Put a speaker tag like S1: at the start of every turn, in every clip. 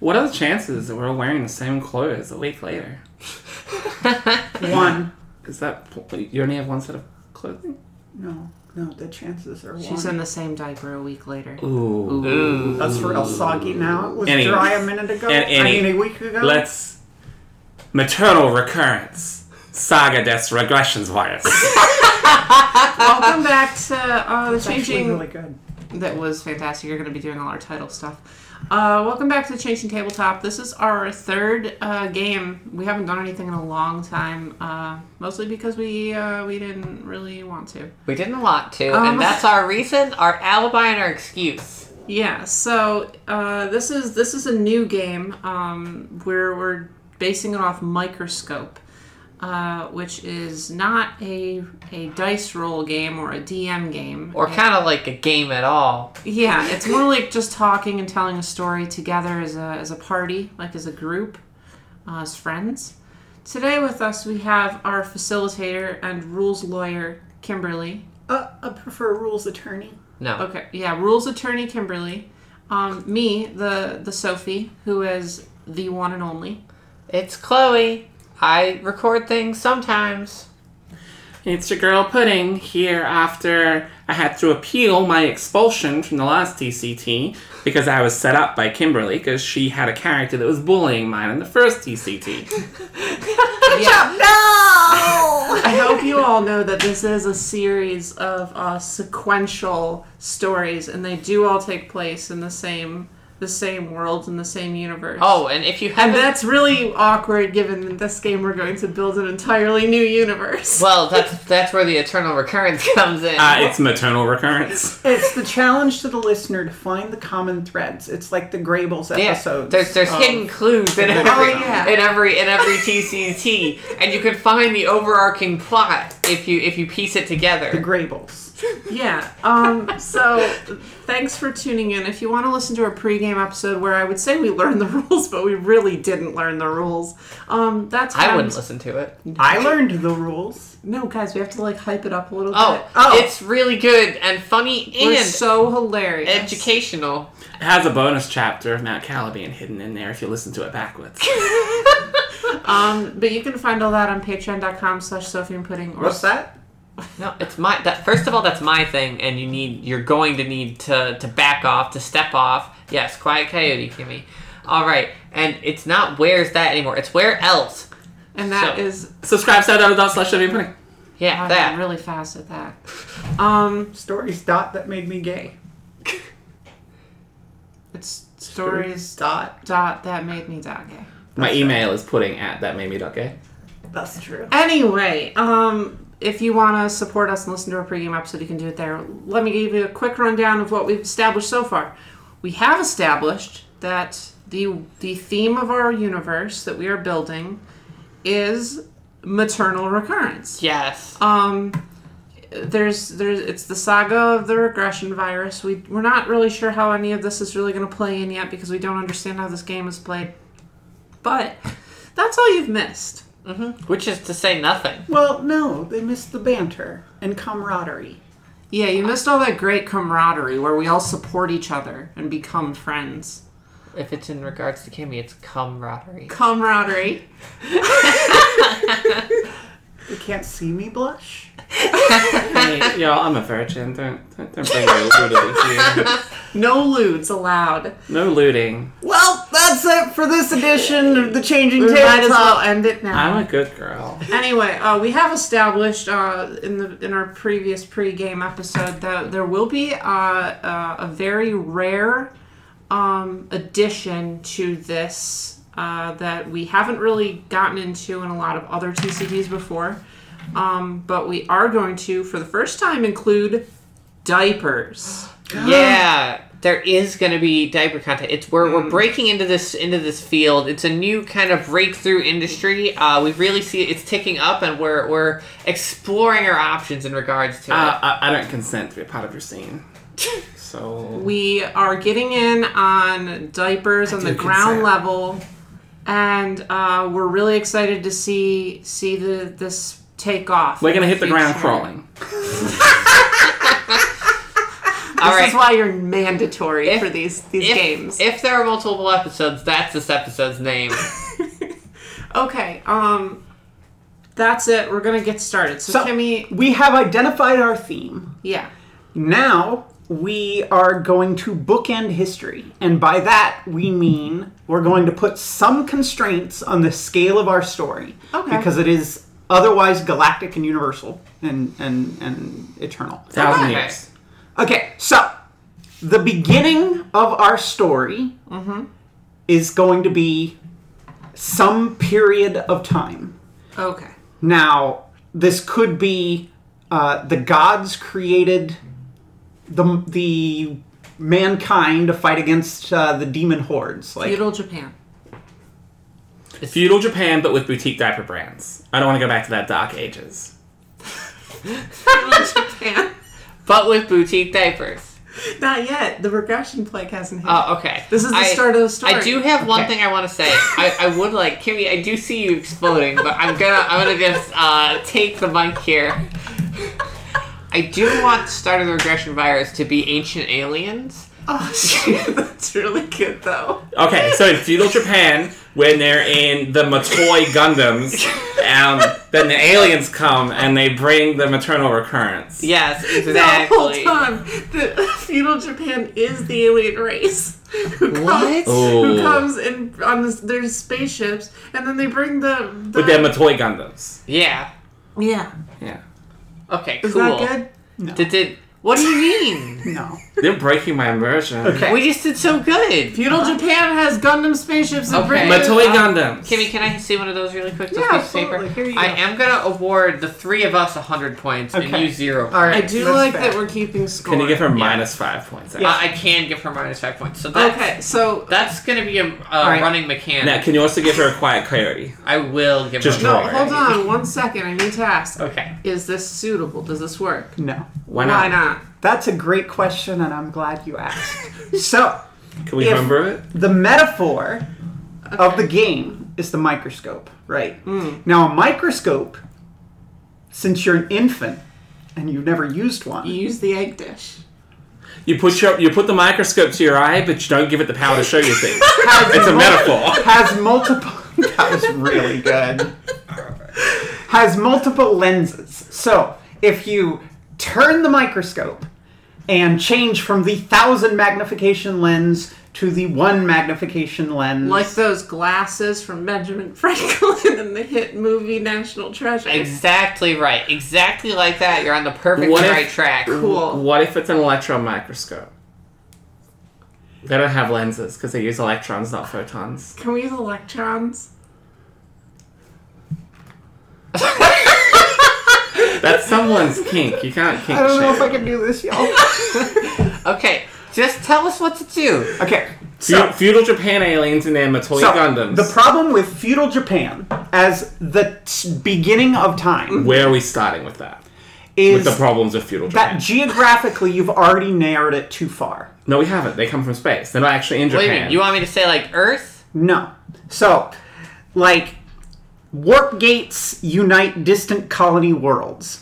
S1: What are the chances that we're all wearing the same clothes a week later?
S2: One.
S1: Is that you only have one set of clothing?
S2: No, no, the chances are
S3: She's
S2: one.
S3: in the same diaper a week later.
S1: Ooh.
S3: Ooh.
S2: That's real soggy now. It was
S1: Any-
S2: dry a minute ago.
S1: and-
S2: I
S1: any-
S2: mean, a week ago.
S1: Let's maternal recurrence saga deaths regressions virus.
S3: Welcome back to uh, the
S2: it's actually
S3: changing.
S2: really good.
S3: that was fantastic. You're going to be doing all our title stuff. Uh, welcome back to Changing Tabletop. This is our third uh, game. We haven't done anything in a long time, uh, mostly because we uh, we didn't really want to.
S4: We didn't want to,
S3: Um.
S4: and that's our reason, our alibi, and our excuse.
S3: Yeah, so uh, this is this is a new game um, where we're basing it off Microscope, uh, which is not a a dice roll game or a DM game.
S4: Or kind of like a game at all.
S3: Yeah, it's more like just talking and telling a story together as a as a party, like as a group, uh, as friends. Today with us we have our facilitator and rules lawyer Kimberly.
S2: Uh, I prefer rules attorney.
S4: No.
S3: Okay, yeah, rules attorney Kimberly. Um, me, the the Sophie, who is the one and only.
S4: It's Chloe. I record things sometimes.
S1: It's your girl Pudding here after I had to appeal my expulsion from the last TCT because I was set up by Kimberly because she had a character that was bullying mine in the first TCT.
S3: Yeah.
S4: No!
S3: I hope you all know that this is a series of uh, sequential stories, and they do all take place in the same the same world in the same universe.
S4: oh, and if you
S3: And
S4: haven't.
S3: that's really awkward given that this game we're going to build an entirely new universe.
S4: well, that's that's where the eternal recurrence comes in.
S1: Uh, it's maternal recurrence.
S2: It's the challenge to the listener to find the common threads. It's like the Grables
S4: Yeah,
S2: episodes.
S4: There's there's
S2: of-
S4: hidden clues in every
S3: Oh. yeah.
S4: in every in every TCT, and you can find the overarching plot if you if you piece it
S2: the
S4: together.
S2: Grables.
S3: yeah. Um, so thanks for tuning in. If you want to listen to our pregame episode where I would say we learned the rules, but we really didn't learn the rules, um, that's
S4: I
S3: fine.
S4: wouldn't listen to it.
S2: I learned the rules.
S3: No, guys, we have to like hype it up a little
S4: Oh,
S3: bit.
S2: Oh.
S4: it's really good and funny
S3: We're
S4: and
S3: so hilarious.
S4: educational.
S1: It has a bonus chapter of Mount Caliban hidden in there if you listen to it backwards.
S3: Um, but you can find all that on patreon.com slash Sophie and Pudding. Or
S2: What's that?
S4: No, it's my that first of all that's my thing and you need you're going to need to to back off, to step off. Yes, quiet coyote, Kimmy. All right. And it's not where's that anymore. It's where else.
S3: And that
S4: So-
S3: is
S1: Subscribe to dot slash Chevy and Pudding.
S4: Yeah,
S3: God,
S4: that.
S3: I'm really fast at that. Um,
S2: Stories dot that made me gay.
S3: it's stories
S2: dot.
S3: dot that made me dot gay.
S1: My email is pudding at thatmademe.gay.
S2: That's true.
S3: Anyway, um, if you want to support us and listen to our pregame episode, you can do it there. Let me give you a quick rundown of what we've established so far. We have established that the the theme of our universe that we are building is maternal recurrence.
S4: Yes.
S3: Um, there's there's it's the saga of the regression virus. We we're not really sure how any of this is really going to play in yet because we don't understand how this game is played. But that's all you've missed.
S4: Which is to say nothing.
S2: Well, no, they missed the banter and camaraderie.
S3: Yeah, you missed all that great camaraderie where we all support each other and become friends.
S4: If it's in regards to Kimmy, it's camaraderie.
S3: Camaraderie.
S2: You can't see me blush.
S1: Hey, y'all, I'm a virgin. Don't, don't, don't bring no looting here.
S3: No lewds allowed.
S1: No looting.
S2: Well, that's it for this edition of the Changing
S3: We might as well
S2: Tabletop.
S3: end it now.
S1: I'm a good girl.
S3: Anyway, uh, we have established uh, in the in our previous pre-game episode that there will be uh, uh, a very rare um, addition to this uh, that we haven't really gotten into in a lot of other TCGs before. Um, but we are going to, for the first time, include diapers.
S4: yeah. There is going to be diaper content. It's where
S3: Mm.
S4: we're breaking into this into this field. It's a new kind of breakthrough industry. Uh, we really see it's ticking up, and we're we're exploring our options in regards to
S1: Uh, I, I don't consent to be a part of your scene. So
S3: We are getting in on diapers on the
S1: do
S3: ground
S1: consent.
S3: level, and uh, we're really excited to see see the this take off.
S1: we're
S3: in
S1: gonna hit the ground
S3: future.
S1: crawling.
S3: This
S4: All right.
S3: is why you're mandatory for these these
S4: if,
S3: games.
S4: If there are multiple episodes, that's this episode's name.
S3: okay. Um, that's it. We're gonna get started. So,
S2: So
S3: Kimmy,
S2: we have identified our theme.
S3: yeah,
S2: Now we are going to bookend history. And by that, we mean we're going to put some constraints on the scale of our story.
S3: Okay.
S2: Because it is otherwise galactic and universal and, and, and eternal.
S1: Thousand
S4: Okay.
S1: years.
S2: Okay, so the beginning of our story is going to be some period of time.
S3: okay,
S2: Now, this could be uh, the gods created the the mankind to fight against uh, the demon hordes. Like,
S3: feudal Japan.
S1: Feudal Japan, but with boutique diaper brands. I don't want to go back to that dark ages.
S3: Feudal Japan.
S4: but with boutique diapers.
S3: Not yet. The regression plague hasn't hit.
S4: Oh, okay.
S3: This is the
S4: I-
S3: start of the story.
S4: I do have one
S2: Okay.
S4: thing I want to say. I, I would like Kimmy. I do see you exploding, but I'm gonna I'm gonna just uh, take the mic here. I do want Start of the Regression Virus to be Ancient Aliens.
S3: oh shit, that's really good though.
S1: Okay, so in feudal Japan, when they're in the Matoi Gundams, um, then the aliens come and they bring the maternal recurrence.
S4: Yes,
S3: No, hold
S4: exactly.
S3: on. The feudal Japan is the alien race who
S4: What?
S3: comes,
S1: Ooh.
S3: who comes in on this, their spaceships, and then they bring the, the
S1: With their Matoi Gundams.
S4: yeah.
S3: yeah.
S1: Yeah.
S4: Okay.
S3: Is
S4: cool.
S3: that good?
S4: Did, did, what do you mean?
S2: no.
S1: They're breaking my immersion.
S2: Okay.
S4: We just did so good.
S3: Feudal Japan has Gundam spaceships and
S4: Okay.
S3: brings-
S1: Matoi
S2: Um,
S1: Gundams.
S4: Kimmy, can I see one of those really quick? Those
S2: Yeah,
S4: pieces of
S2: absolutely. Here you
S4: I
S2: go.
S4: am gonna award the three of us hundred points and
S2: Okay.
S4: you zero.
S2: All
S3: I
S2: right.
S3: do
S2: that's
S3: like
S2: fair.
S3: that we're keeping score.
S1: Can you give her minus five points?
S4: Uh, I can give her minus five points. So that's,
S3: Okay, so
S4: that's gonna be a, a
S2: right.
S4: running mechanic.
S1: Now, can you also give her a quiet coyote?
S4: I will give
S1: Just
S4: her.
S3: no,
S1: draw it.
S3: hold on one second. I need to ask:
S4: Okay.
S3: Is this suitable? Does this work?
S2: No.
S1: Why not?
S3: Why not?
S2: That's a great question, and I'm glad you asked. so,
S1: Can we
S2: If-
S1: remember it?
S2: the metaphor of the game is the microscope, right? Now, a microscope, since you're an infant and you've never used one,
S3: Use the egg dish.
S1: You put your you put the microscope to your eye, but you don't give it the power to show you things.
S2: has
S1: it's a
S2: mul-
S1: metaphor.
S2: Has multiple. that was really good. Has multiple lenses. So if you turn the microscope and change from the thousand magnification lens to the one magnification lens,
S3: Like those glasses from Benjamin Franklin in the hit movie National Treasure.
S4: Exactly right. Exactly like that. You're on the perfect
S1: What if-
S4: right track.
S3: Cool.
S1: What if it's an electron microscope? They don't have lenses because they use electrons, not photons.
S3: Can we use electrons?
S1: That's someone's kink. You can't kink
S2: I don't know if
S1: shit.
S2: I can do this, y'all.
S4: Okay. Just tell us what to do.
S2: Okay.
S1: Feu-
S2: So,
S1: feudal Japan aliens and their Matoi
S2: so
S1: Gundams.
S2: the problem with feudal Japan as the t- beginning of time
S1: Where are we starting with that? With
S2: is
S1: the problems of feudal Japan?
S2: that geographically you've already narrowed it too far.
S1: no, we haven't. They come from space. They're not actually in
S4: Wait a
S1: Japan.
S4: minute. You want me to say like Earth?
S2: No. So, like, warp gates unite distant colony worlds.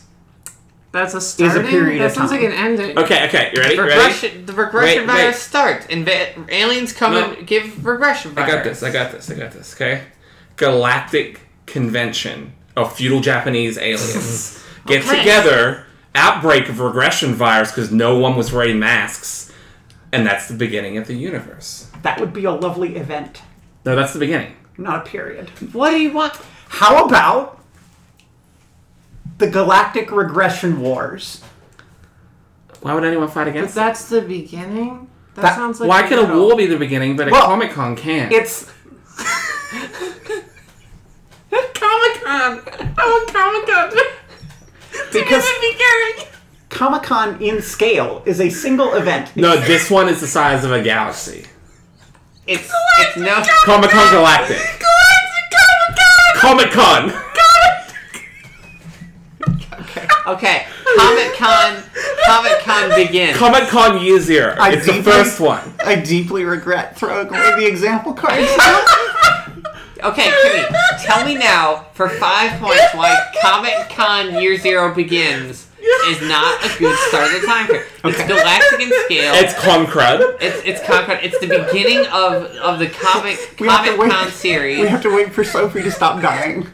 S3: That's a starting.
S2: period
S3: that
S2: of
S3: sounds
S2: time.
S3: like an ending.
S1: okay, okay. You ready? You ready?
S4: Regression. The regression
S1: Wait,
S4: virus
S1: wait.
S4: starts. Inva- aliens come
S1: No.
S4: and give regression
S1: I
S4: virus.
S1: got this. I got this. I got this. Okay. Galactic convention of feudal Japanese aliens get
S3: Okay.
S1: together. Outbreak of regression virus because no one was wearing masks, and that's the beginning of the universe.
S2: That would be a lovely event,
S1: No, that's the beginning.
S2: not a period.
S4: What do you want?
S2: How about the Galactic Regression Wars?
S1: Why would anyone fight
S3: But
S1: against that?
S3: that's the beginning. That,
S2: That-
S3: sounds like
S1: Why can a
S3: middle.
S1: war be the beginning, but a
S2: Well,
S1: Comic Con can't?
S2: It's
S3: Comic Con. Oh, Comic Con.
S2: Because-
S3: be
S2: Comic Con in scale is a single event.
S1: no, this one is the size of a galaxy.
S4: It's it's no.
S1: Comic Con Galactic. Comic Con.
S4: Okay. Comic Con. Comic Con begins.
S1: Comic Con Year Zero.
S2: I
S1: it's the
S2: deeply-
S1: first one.
S2: I deeply regret throwing away the example cards.
S4: Okay, Kimmy, tell me now for five points why Comic Con Year Zero begins is not a good start of the time frame. It's galactic in scale.
S5: It's Clum Crud.
S4: It's it's Concord. It's the beginning of of the comic
S2: We have to
S4: Comic
S2: wait-
S4: Con
S2: We
S4: series.
S2: have to wait for Sophie to stop dying.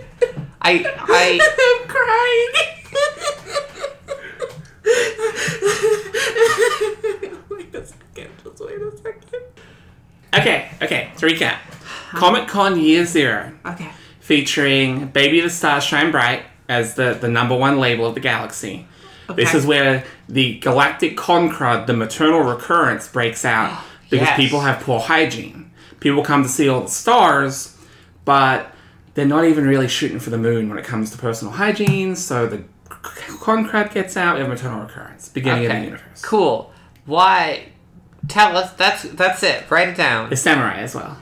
S4: I I
S3: I'm crying. wait a second. Just wait a second.
S1: Okay, okay, to recap Comic Con Year Zero,
S3: Okay.
S1: featuring Baby the Stars Shine Bright as the, the number one label of the galaxy. This
S3: Okay.
S1: is where the galactic concrud, the maternal recurrence, breaks out because
S4: Yes.
S1: people have poor hygiene. People come to see all the stars, but they're not even really shooting for the moon when it comes to personal hygiene, so the c- c- concrud gets out and maternal recurrence, beginning of
S4: okay.
S1: the universe.
S4: Cool. Why? Tell us. That's that's it. Write it down.
S1: The samurai as well.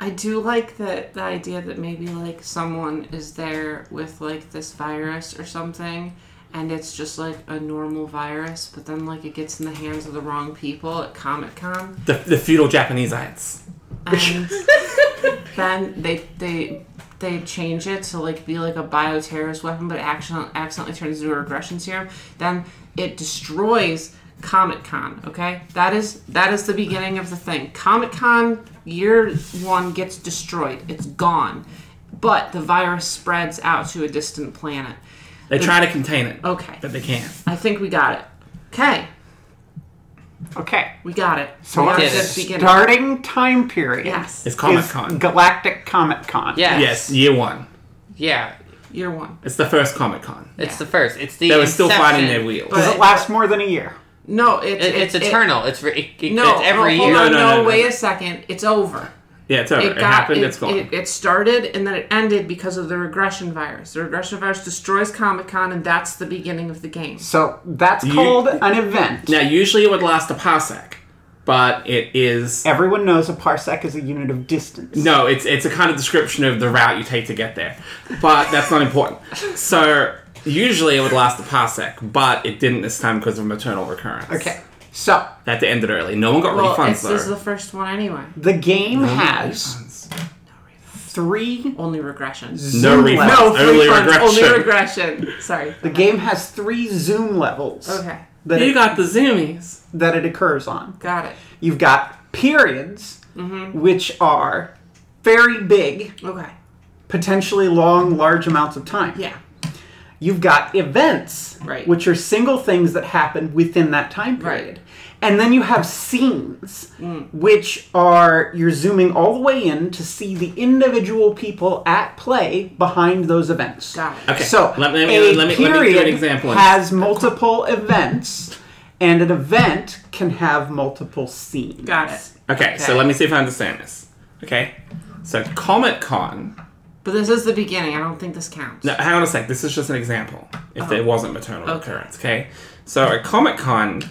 S3: I do like the, the idea that maybe like someone is there with like this virus or something and it's just like a normal virus, but then like it gets in the hands of the wrong people at Comic Con
S1: The, the feudal Japaneseites.
S3: and then they they they change it to like be like a bioterrorist weapon but it actually accidentally turns into a regression serum, then it destroys Comic Con, okay? That is that is the beginning of the thing. Comic Con year one gets destroyed. It's gone. But the virus spreads out to a distant planet.
S1: They try to contain it,
S3: Okay.
S1: but they can't.
S3: I think we got it. Okay.
S2: Okay.
S3: We got it.
S2: So
S3: we
S2: our
S3: got
S4: did it.
S3: this beginning.
S2: starting time period
S3: Yes.
S1: It's Comic
S2: is
S1: Con.
S2: Galactic Comic Con.
S4: Yes.
S1: yes, year one.
S4: Yeah.
S3: Year one.
S1: It's the first Comic Con.
S4: It's the first. It's the.
S1: They were still
S4: inception.
S1: finding their wheels.
S2: Does it last more than a year?
S3: No, it's
S4: It, it's
S3: it- it-
S4: eternal. it's re- it,
S3: No,
S4: it's every
S3: hold
S4: year.
S3: on,
S1: No,
S3: no,
S1: no, no, no,
S3: wait
S1: no.
S3: a second. It's over.
S1: yeah, it's over. It, happened. it's gone.
S3: It, it started and then it ended because of the regression virus. The regression virus destroys Comic Con, and that's the beginning of the game.
S2: So that's called an event.
S1: now, usually it would last a parsec, but it is
S2: Everyone knows a parsec is a unit of distance.
S1: no. It's it's a kind of description of the route you take to get there, but that's not important. So usually it would last a parsec, but it didn't this time because of maternal recurrence.
S2: Okay. So
S1: that they ended early. No one got
S3: Well,
S1: refunds
S3: it's,
S1: though.
S3: this is the first one anyway.
S2: the game has three
S3: Only regression.
S1: no
S2: zoom
S1: refunds.
S2: levels.
S1: only
S3: refunds,
S1: regression.
S3: Only regression. Sorry.
S2: The game has three zoom levels
S3: Okay.
S2: that,
S1: you
S2: it,
S1: got the zoomies.
S2: that it occurs on.
S3: Got it.
S2: You've got periods,
S1: Mm-hmm.
S2: which are very big,
S3: Okay.
S2: potentially long, large amounts of time.
S3: Yeah.
S2: You've got events,
S3: Right.
S2: which are single things that happen within that time
S3: Right. Mm.
S2: period. And then you have scenes, which are you're zooming all the way in to see the individual people at play behind those events.
S3: Got it.
S1: Okay.
S2: So
S1: Let me- let me-
S2: a
S1: let me- let me give you an
S2: period
S1: example.
S2: has multiple events, and an event can have multiple scenes.
S3: Got it.
S1: okay, so
S4: Okay.
S1: let me see if I understand this. Okay, so Comic Con
S3: But this is the beginning. I don't think this counts.
S1: No, hang on a sec. This is just an example. If
S3: Oh.
S1: there wasn't maternal recurrence, okay. So at Comic Con,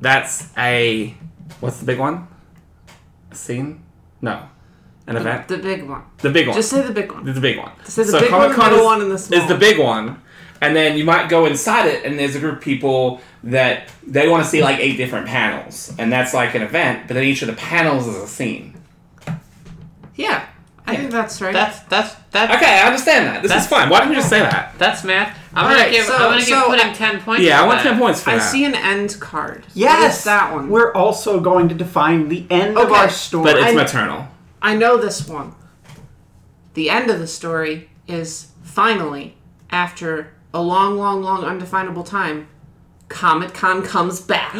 S1: that's a what's the big one? A scene? No, an event.
S3: The big one.
S1: The big one.
S3: Just say the big one.
S1: the big one.
S3: say the big one, the
S1: Comic-Con
S3: middle
S1: is-
S3: one, and the small
S1: is the
S3: one.
S1: big one, and then you might go inside it, and there's a group of people that they want to see like eight different panels, and that's like an event. But then each of the panels is a scene.
S3: Yeah. I think that's right.
S4: That's that's that's
S1: Okay, I understand that. This is
S4: That's-
S1: fine. Why didn't you just say that?
S4: that's math. I'm gonna
S3: Alright,
S4: give
S3: so-
S4: I'm gonna give
S3: so-
S4: Pudding ten points.
S1: Yeah, I
S4: for
S1: want
S4: that.
S1: ten points for
S3: I
S1: that.
S3: see an end card. What is
S2: Yes,
S3: that one.
S2: We're also going to define the end of
S3: Okay.
S2: our story.
S1: but it's
S3: I-
S1: maternal.
S3: I know this one. The end of the story is finally, after a long, long, long, undefinable time, Comic Con comes back.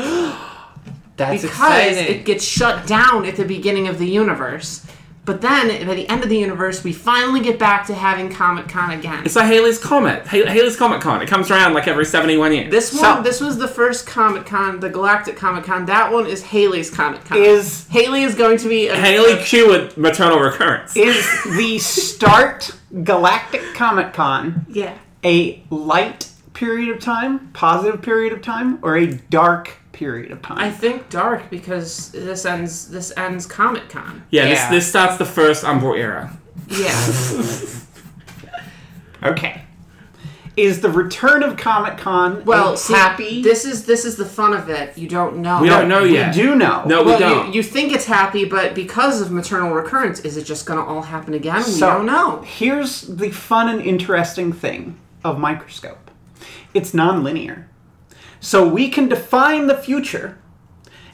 S4: That's
S3: because
S4: exciting.
S3: it gets shut down at the beginning of the universe. But then, by the end of the universe, we finally get back to having Comic Con again.
S1: It's like Haley's Comet. Ha- Haley's Comic Con. It comes around like every 71 years.
S3: This one,
S2: So-
S3: this was the first Comic Con, the Galactic Comic Con. That one is Haley's Comic Con.
S2: is
S3: Haley is going to be a,
S1: Haley cured maternal recurrence.
S2: is the start Galactic Comic Con
S3: yeah.
S2: a light period of time, positive period of time, or a dark period of
S3: I
S2: time?
S3: think dark because this ends this ends Comic Con.
S1: yeah,
S4: Yeah.
S1: This, this starts the first Umbral era.
S3: Yeah.
S2: okay. Is the return of Comic Con
S3: Well,
S2: a
S3: see,
S2: happy?
S3: This is this is the fun of it. You don't know.
S1: We don't know
S2: we
S1: yet.
S2: do know.
S1: No, we
S3: Well,
S1: don't.
S3: You, you think it's happy, but because of maternal recurrence, is it just going to all happen again? We
S2: So,
S3: don't know.
S2: Here's the fun and interesting thing of Microscope It's nonlinear. So we can define the future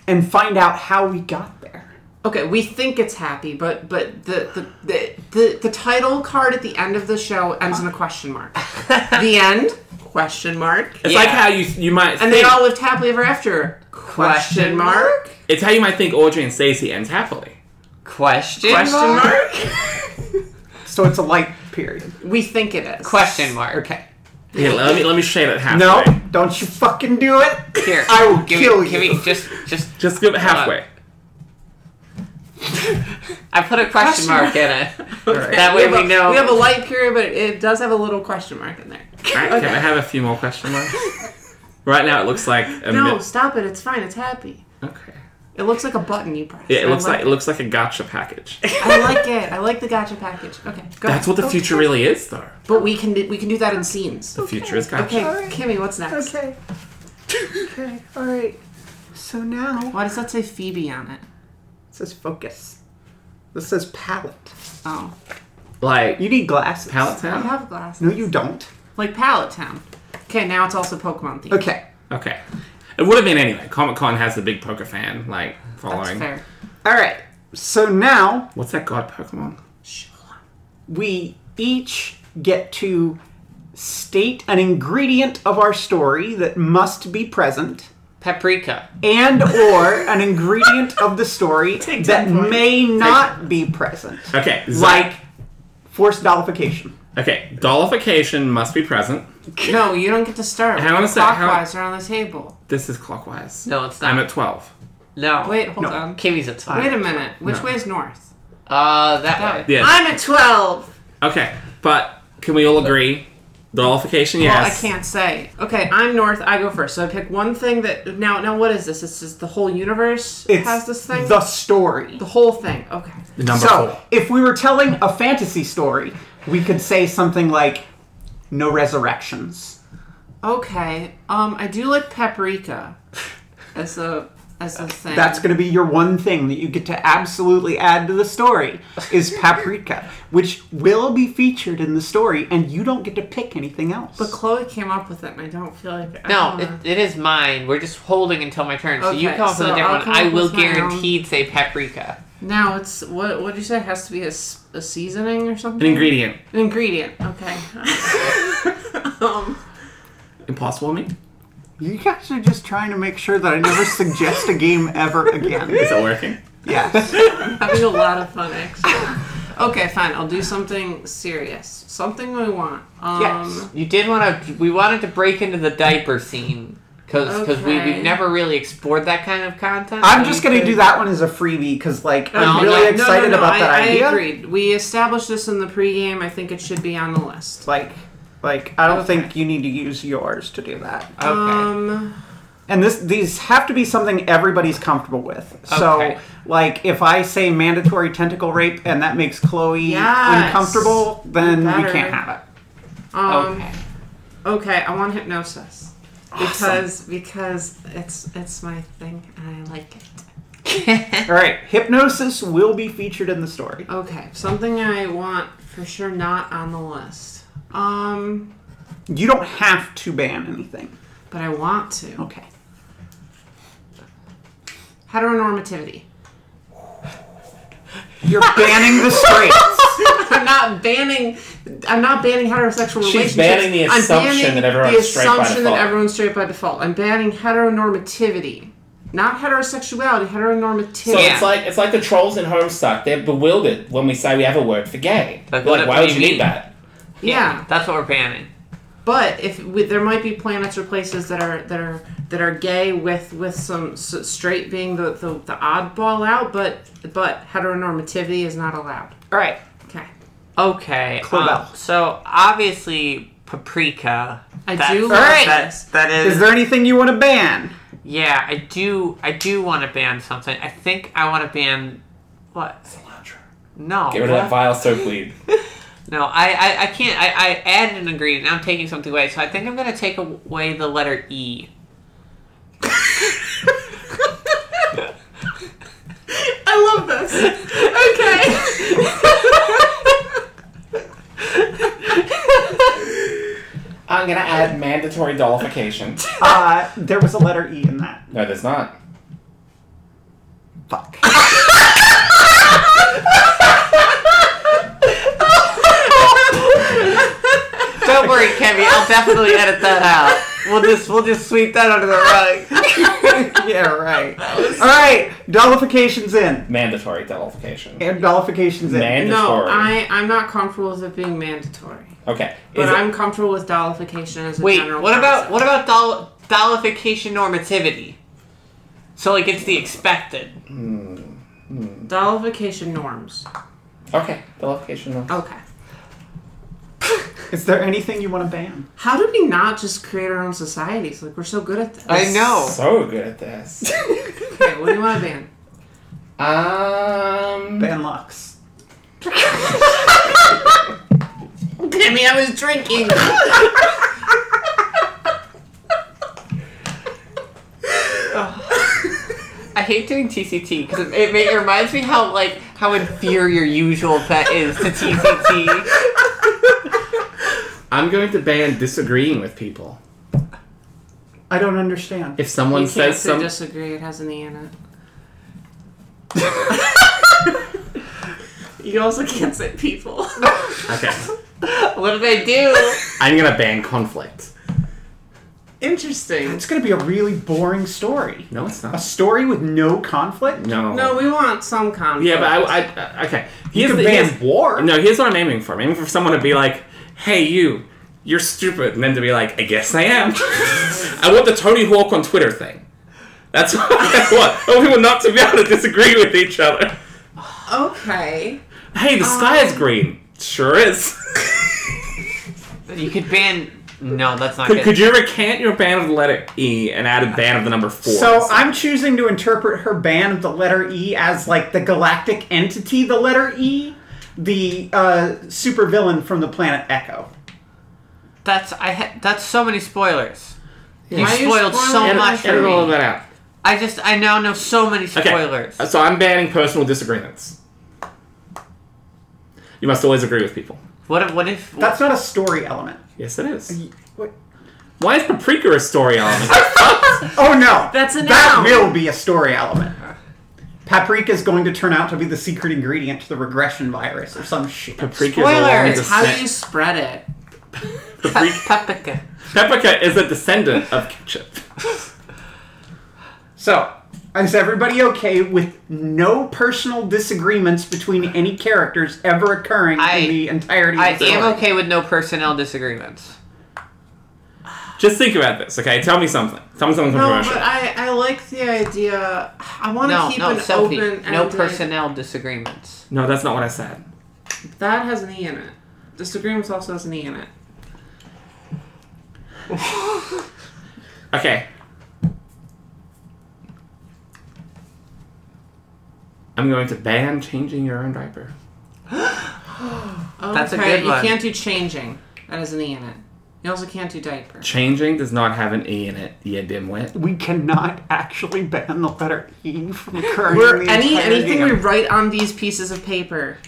S2: and find out how we got there.
S3: Okay, we think it's happy, but but the the, the, the the title card at the end of the show ends in a question mark. the end? Question mark.
S1: It's
S4: Yeah.
S1: like how you you might
S3: And
S1: think,
S3: they all lived happily ever after. Question mark?
S1: it's how you might think Audrey and Stacey ends happily.
S4: Question,
S3: Question
S4: mark?
S3: mark?
S2: So it's a light period.
S3: We think it is.
S4: Question mark.
S2: Okay.
S1: Yeah, let me let me shade it halfway.
S2: No, don't you fucking do it.
S4: Here,
S2: I will
S4: give
S2: kill
S4: me, Give
S2: you.
S4: me just, just.
S1: Just give it halfway.
S4: I put a question
S3: Question
S4: mark in it.
S3: Okay.
S4: That way
S3: have
S4: we
S3: a-
S4: know.
S3: We have a light period, but it, it does have a little question mark in there.
S1: All right, Can I have a few more question marks? right now, it looks like a
S3: No,
S1: mi-
S3: stop it. It's fine. It's happy.
S1: okay.
S3: It looks like a button you press.
S1: Yeah, it
S3: I
S1: looks like it looks like a gotcha package.
S3: I like it. I like the gotcha package. Okay, go.
S1: That's what the
S3: Okay.
S1: future really is, though.
S3: But we can do- we can do that in scenes.
S1: The future is gotcha.
S3: Okay, Kimmy, what's next?
S2: Okay. Okay. All right. So now
S3: Why does that say Phoebe on it?
S2: it says focus. This says palette.
S3: Oh,
S1: Like
S2: You need glasses.
S1: Pallet
S3: I
S1: Town.
S3: have glasses.
S2: No, you don't.
S3: Like Pallet Town. Okay, now it's also Pokemon themed.
S2: Okay.
S1: Okay. It would have been anyway. Comic Con has the big poker fan like
S3: that's
S1: following.
S3: fair.
S2: All right. So now
S1: What's that god Pokemon?
S2: we each get to state an ingredient of our story that must be present
S4: Paprika.
S2: and or an ingredient of the story that may not be present
S1: Okay, Zo-
S2: like forced dollification
S1: okay, dollification must be present.
S3: No, you don't get to start.
S1: Hang on a sec, how-
S3: Clockwise around the table.
S1: This is clockwise.
S4: No, it's not.
S1: I'm at twelve.
S4: no.
S3: Wait, hold
S2: No.
S3: on.
S4: Kimmy's at five.
S3: Wait a minute. Which
S1: No.
S3: way is north?
S4: Uh, that, way.
S1: Yeah.
S3: I'm at twelve.
S1: Okay, but can we all agree? Dollification,
S3: Well,
S1: yes.
S3: I can't say. Okay, I'm north. I go first. So I pick one thing that now. Now what is this? It's just the whole universe
S2: it's
S3: has this thing.
S2: the story
S3: The whole thing. Okay.
S1: Number
S2: so
S1: four.
S2: if we were telling a fantasy story we could say something like no resurrections
S3: Okay. Um, I do like paprika as a as a thing.
S2: That's going to be your one thing that you get to absolutely add to the story is paprika, which will be featured in the story, and you don't get to pick anything else.
S3: But Chloe came up with it, and I don't feel like. I
S4: No,
S3: don't
S4: it,
S3: know.
S4: it is mine. We're just holding until my turn. So you
S3: Okay,
S4: come up
S3: so
S4: with a
S3: I'll
S4: different
S3: come
S4: one. I
S3: up
S4: will
S3: with my own.
S4: guaranteed say paprika.
S3: now it's what? What do you say? It has to be a, s- a seasoning or something.
S1: An ingredient.
S3: An ingredient. Okay. um,
S1: Impossible meat?
S2: you guys are just trying to make sure that I never suggest a game ever again.
S1: Is it working?
S2: Yes.
S3: having a lot of fun actually. Okay, fine. I'll do something serious. Something we want. Um,
S2: Yes.
S4: You did want to. We wanted to break into the diaper scene because we,
S3: Okay.
S4: we've never really explored that kind of content.
S2: I'm
S4: so
S2: just
S4: we
S2: going to
S4: could-
S2: do that one as a freebie because,
S3: Oh,
S2: like, I'm
S4: No,
S2: really
S4: no, no,
S2: excited about
S3: I,
S2: that
S3: I
S2: idea.
S3: agreed. We established this in the pregame. I think it should be on the list.
S2: Like, like I don't
S3: Okay.
S2: think you need to use yours to do that.
S4: Okay.
S3: Um,
S2: And this these have to be something everybody's comfortable with.
S4: Okay.
S2: So like if I say mandatory tentacle rape and that makes Chloe
S3: Yes.
S2: uncomfortable, then we
S3: Better.
S2: can't have it.
S3: um,
S4: okay.
S3: Okay, I want hypnosis because because it's it's my thing and I like it.
S2: All right, hypnosis will be featured in the story.
S3: Okay, something I want for sure not on the list. Um,
S2: You don't have to ban anything.
S3: but I want
S4: Oh.
S3: to.
S2: Okay.
S3: Heteronormativity.
S2: You're banning the straights.
S3: I'm not banning. I'm not banning heterosexual relationships.
S1: She's banning the
S3: I'm
S1: assumption
S3: banning
S1: that everyone's
S3: the
S1: straight by
S3: assumption
S1: default.
S3: that everyone's straight by default. I'm banning heteronormativity, not heterosexuality. Heteronormativity.
S1: So
S4: Yeah.
S1: it's like it's like the trolls in Homestuck. They're bewildered when we say we have a word for gay. Like,
S4: Like, what-
S1: why
S4: what
S1: would
S4: do
S1: you
S4: you mean?
S1: need that?
S3: yeah.
S4: That's what we're banning.
S3: But if we, there might be planets or places that are that are that are gay with with some s- straight being the, the the oddball out, but but heteronormativity is not allowed.
S2: All right.
S3: Okay,
S4: Okay.
S2: Clobell.
S4: um, so obviously paprika.
S3: I
S4: That's-
S3: do
S4: All
S3: love
S4: right.
S3: this.
S4: That
S2: Is there anything you want to ban?
S4: Yeah, I do. I do want to ban something. I think I want to ban what? No.
S1: Get rid of that vile soapweed.
S4: No, I, I, I can't. I, I added an ingredient. Now I'm taking something away. So I think I'm gonna take away the letter E.
S3: I love this. Okay.
S1: I'm gonna add mandatory dollification.
S2: Uh, there was a letter E in that.
S1: No, there's not.
S2: Fuck.
S4: Don't worry, Kemi. I'll definitely edit that out. We'll just we'll just sweep that under the rug.
S2: yeah, right. All right, dollification's in.
S1: Mandatory dollification.
S2: And dollification's in.
S3: No,
S1: Mandatory.
S3: I, I'm not comfortable with it being mandatory.
S1: Okay.
S3: But
S1: Is it-
S3: I'm comfortable with dollification as a
S4: Wait,
S3: general
S4: what about
S3: concept.
S4: what about doll- dollification normativity? So like it's the expected.
S3: dollification norms?
S1: okay. Dollification. no.
S3: Okay.
S2: Is there anything you want to ban?
S3: How do we not just create our own societies? Like we're so good at this.
S4: I know.
S1: So good at this.
S3: Okay, what do you want to ban?
S1: um.
S2: Ban Lux.
S3: Timmy, I was drinking.
S4: I hate doing TCT because it, it, ma- it reminds me how like how inferior usual pet is to TCT.
S1: I'm going to ban disagreeing with people.
S2: I don't understand.
S1: If someone
S3: you can't
S1: says
S3: say
S1: something,
S3: disagree. It has an e in it. you also can't say people.
S1: okay,
S4: what did I do?
S1: I'm gonna ban conflict.
S3: Interesting.
S2: It's going to be a really boring story.
S1: No, it's
S2: A
S1: not.
S2: story with no conflict?
S1: No.
S3: No, we want some conflict.
S1: Yeah, but I, I okay.
S2: You
S1: Here's
S2: can
S1: the-
S2: ban
S1: here's-
S2: war.
S1: No, here's what I'm aiming for. I'm aiming for someone to be like, "Hey, you, you're stupid," and then to be like, "I guess I am." I want the Tony Hawk on Twitter thing. That's what I want. I want people not to be able to disagree with each other.
S3: okay.
S1: Hey, the sky
S2: Um,
S1: is green. Sure is.
S4: You could ban. No, that's not
S1: could,
S4: good.
S1: could you recant your ban of the letter E and add a ban of the number four?
S2: So I'm choosing to interpret her ban of the letter E as like the galactic entity, the letter E, the uh, supervillain from the planet Echo.
S4: That's I. Ha- that's so many spoilers. You
S3: Why are you
S4: spoiled so
S3: spoiling
S4: much
S1: Edit
S4: for
S1: all of
S4: me.
S1: that out.
S4: I just I now know so many
S1: Okay. Uh,
S4: spoilers.
S1: So I'm banning personal disagreements. You must always agree with people.
S4: What if what if
S2: That's not a story element.
S1: Yes, it is.
S2: What?
S1: Why is paprika a story element?
S2: Oh no!
S3: That's a
S2: That
S3: noun.
S2: will be a story element. Paprika is going to turn out to be the secret ingredient to the regression virus or some shit.
S1: paprika is a long
S4: Spoilers.
S1: descent.
S3: How do you spread it?
S1: Paprika,
S4: paprika?
S1: paprika is a descendant of ketchup.
S2: So, is everybody okay with no personal disagreements between any characters ever occurring
S4: I-
S2: in the entirety
S4: I
S2: of the story?
S4: am okay with no personnel disagreements.
S1: Just think about this, okay? Tell me something. Tell me something
S3: No,
S1: controversial.
S3: but I, I like the idea. I want to
S4: No,
S3: keep
S4: no,
S3: an
S4: Sophie.
S3: open.
S4: No personnel disagreements.
S1: no, that's not what I said.
S3: That has an e in it. Disagreements also has an e in it.
S1: Okay. I'm going to ban changing your own diaper.
S3: Okay,
S4: That's a good
S3: you
S4: one.
S3: can't do changing. That has an e in it. You also can't do diaper.
S1: Changing does not have an E in it, you dimwit.
S2: We cannot actually ban the letter E from occurring.
S3: We're,
S2: in the
S3: any
S2: entirety
S3: anything
S2: of-
S3: we write on these pieces of paper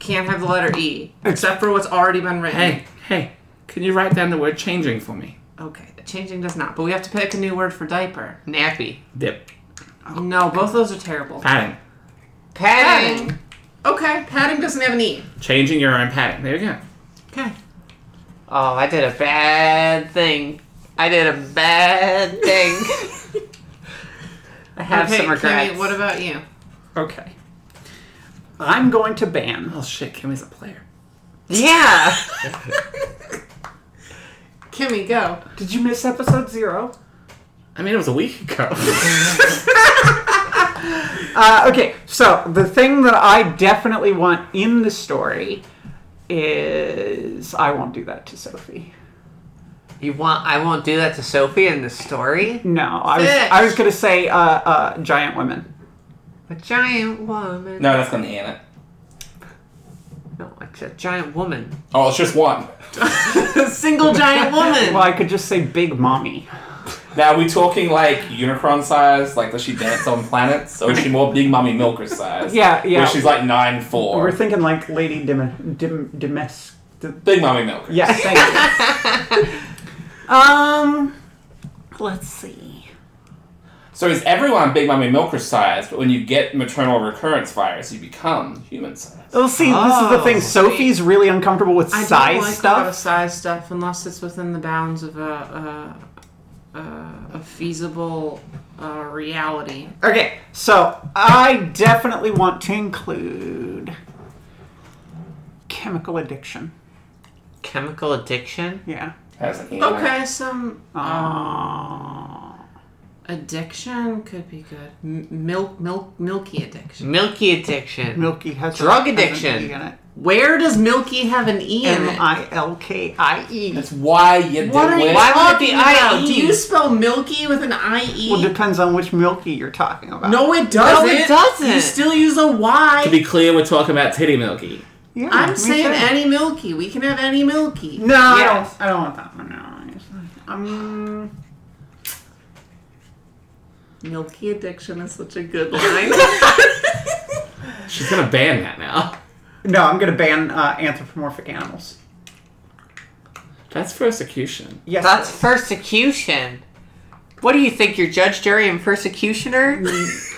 S3: can't have the letter e, except for what's already been written.
S1: Hey, hey, can you write down the word changing for me?
S3: Okay, changing does not. But we have to pick a new word for diaper.
S4: Nappy.
S1: Dip.
S3: No, both of those are terrible.
S1: Padding.
S4: Padding.
S3: Padding. Okay, padding doesn't have an e.
S1: Changing your own padding. There you go.
S3: Okay.
S4: Oh, I did a bad thing. I did a bad thing. I have
S3: okay,
S4: some regrets.
S3: Kimmy, what about you?
S2: Okay. I'm going to ban
S1: Oh shit, Kimmy's a player.
S4: yeah.
S3: Kimmy, go.
S2: Did you miss episode zero?
S1: I mean, it was a week ago.
S2: Uh, okay, so the thing that I definitely want in the story is I won't do that to Sophie.
S4: You want? I won't do that to Sophie in the story.
S2: No, I was
S3: Fish.
S2: I was gonna say uh, uh, giant women.
S4: A giant woman.
S1: no, that's not an E in it.
S4: No, it's a giant woman.
S1: Oh, it's just one.
S3: Single giant woman.
S2: Well, I could just say big mommy.
S1: Now, are we talking like Unicron size? Like, does she dance on planets? Or is she more Big Mummy Milker size?
S2: Yeah, yeah.
S1: Where she's like nine four.
S2: We're thinking like Lady Dim Dim Dimes.
S1: Big Mummy Milker.
S2: Yes, thank you. Um, let's see.
S1: So is everyone Big Mummy Milker sized, but when you get maternal recurrence virus, you become human sized.
S2: Well, see, this is the thing.
S4: Oh,
S2: Sophie's really uncomfortable with
S3: I
S2: size
S3: don't like a lot
S2: stuff.
S3: of size stuff unless it's within the bounds of a a, a, a feasible uh, reality.
S2: Okay, so I definitely want to include chemical addiction.
S4: Chemical addiction?
S2: Yeah.
S1: As an alien.
S3: Okay, some
S2: Aww.
S3: addiction could be good. M- milk, milk, milky addiction.
S4: Milky addiction.
S2: Milky has a-
S4: Drug
S2: has an
S4: addiction.
S2: E in it.
S3: Where does milky have an e in
S2: M
S3: it?
S2: I L K I E.
S1: That's why you did
S3: What are you
S1: it.
S4: Why would it be
S3: talking about?
S4: IE?
S3: E. Do you spell milky with an i e?
S2: Well, depends on which Milky you're talking about.
S3: no, it doesn't.
S4: No, it doesn't.
S3: You still use a y.
S1: To be clear, we're talking about Titty Milky.
S2: Yeah,
S3: I'm
S2: me
S3: saying
S2: too.
S3: any milky. We can have any milky.
S2: No, I
S4: Yes.
S2: don't. I don't want that one. No. Um,
S3: Milky addiction is such a good line.
S1: She's gonna ban that now.
S2: no, I'm gonna ban uh, anthropomorphic animals.
S1: That's persecution.
S2: Yes,
S4: That's persecution. What do you think? You're judge, jury, and persecutioner?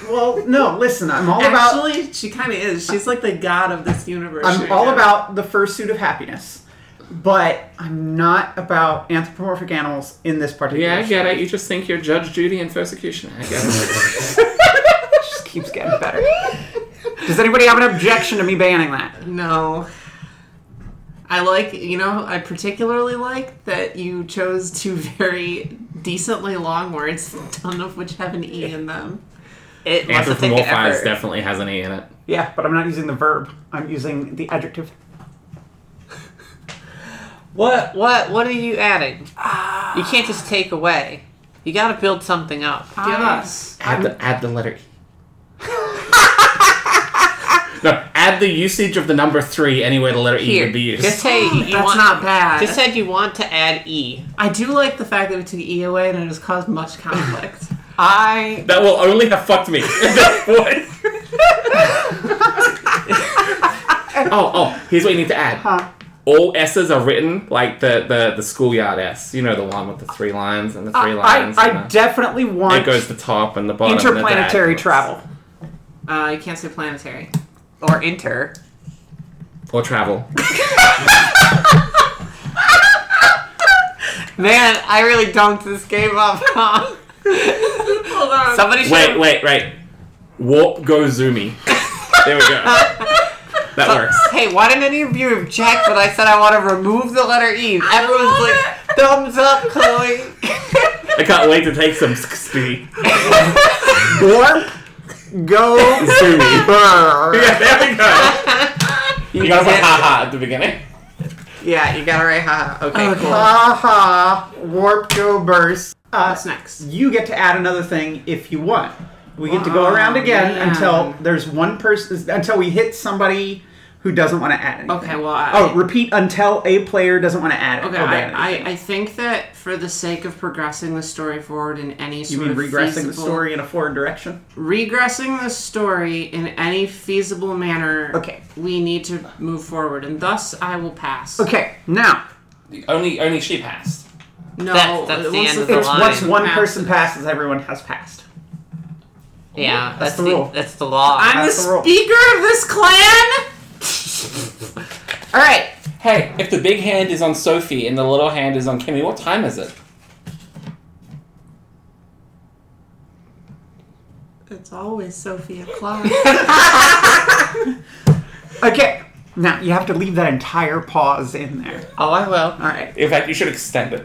S2: well, no. Listen, I'm all about.
S3: Actually, she kind of is. She's like the god of this universe.
S2: I'm
S3: right
S2: all
S3: now.
S2: about the fursuit of happiness, but I'm not about anthropomorphic animals in this particular.
S1: Yeah, I get it. You just think you're Judge Judy and persecution. I get it.
S2: It just keeps getting better. Does anybody have an objection to me banning that?
S3: No. I like, you know, I particularly like that you chose two very decently long words, none of which have an E in them.
S4: It must have taken
S1: Anthropomorphize
S4: effort.
S1: definitely has an E in it.
S2: Yeah, but I'm not using the verb. I'm using the adjective.
S4: What? What? What are you adding?
S3: Ah.
S4: You can't just take away. You got to build something up.
S3: Give us.
S1: Add the, add the letter E. no, add the usage of the number three anywhere the letter E
S4: Here,
S1: would be used.
S4: just say you
S3: That's
S4: want.
S3: not bad.
S4: Just said you want to add e.
S3: I do like the fact that we took E away and it has caused much conflict.
S2: I
S1: that will only have fucked me. at this point. oh, oh, here's what you need to add.
S2: Huh.
S1: All S's are written like the, the, the schoolyard S. You know the one with the three lines and the three
S2: I,
S1: lines. and
S2: I
S1: the-
S2: definitely want
S1: it goes the top and the bottom. and the
S2: interplanetary
S1: diagonals.
S2: travel.
S3: Uh, you can't say planetary.
S4: Or enter.
S1: Or travel.
S4: Man, I really dunked this game up. huh?
S3: Hold on.
S4: Somebody should.
S1: wait, wait, wait. Warp go zoomy. There we go. That works.
S4: Hey, why didn't any of you object when I said I want to remove the letter E? Everyone's like, thumbs up, Chloe.
S1: I can't wait to take some speedy.
S2: Warp, go,
S1: Zoomy.
S2: burr.
S1: Yeah, there we go. You guys went ha ha at the beginning.
S4: yeah, you got it right, haha. Okay,
S3: Okay.
S4: cool.
S2: Aha, warp, go, burst. Uh,
S3: What's next?
S2: you get to add another thing if you want. We get to go around again
S3: Oh, man.
S2: until there's one person, until we hit somebody who doesn't want to add anything.
S3: Okay, well, I,
S2: Oh, repeat until a player doesn't want to add it.
S3: Okay,
S2: or ban
S3: I,
S2: anything.
S3: I, I think that for the sake of progressing the story forward in any
S2: you
S3: sort
S2: mean
S3: of
S2: regressing the
S3: feasible-
S2: story in a forward direction?
S3: regressing the story in any feasible manner.
S2: Okay.
S3: We need to move forward, and thus I will pass.
S2: Okay, now
S1: Only, only she passed.
S3: No,
S4: That's- that's
S3: it
S4: the
S3: was
S4: end of the
S2: it's
S4: line.
S2: once one
S3: Pass.
S2: person passes, everyone has passed.
S4: Yeah, that's,
S2: the
S4: the,
S2: rule.
S4: that's the law.
S3: I'm the
S2: That's the rule.
S3: speaker of this clan.
S4: All right.
S1: Hey, if the big hand is on Sophie and the little hand is on Kimmy, what time is it?
S3: It's always Sophia Clark.
S2: Okay, now you have to leave that entire pause in there.
S4: Oh, I will.
S2: All right.
S1: In fact, you should extend it.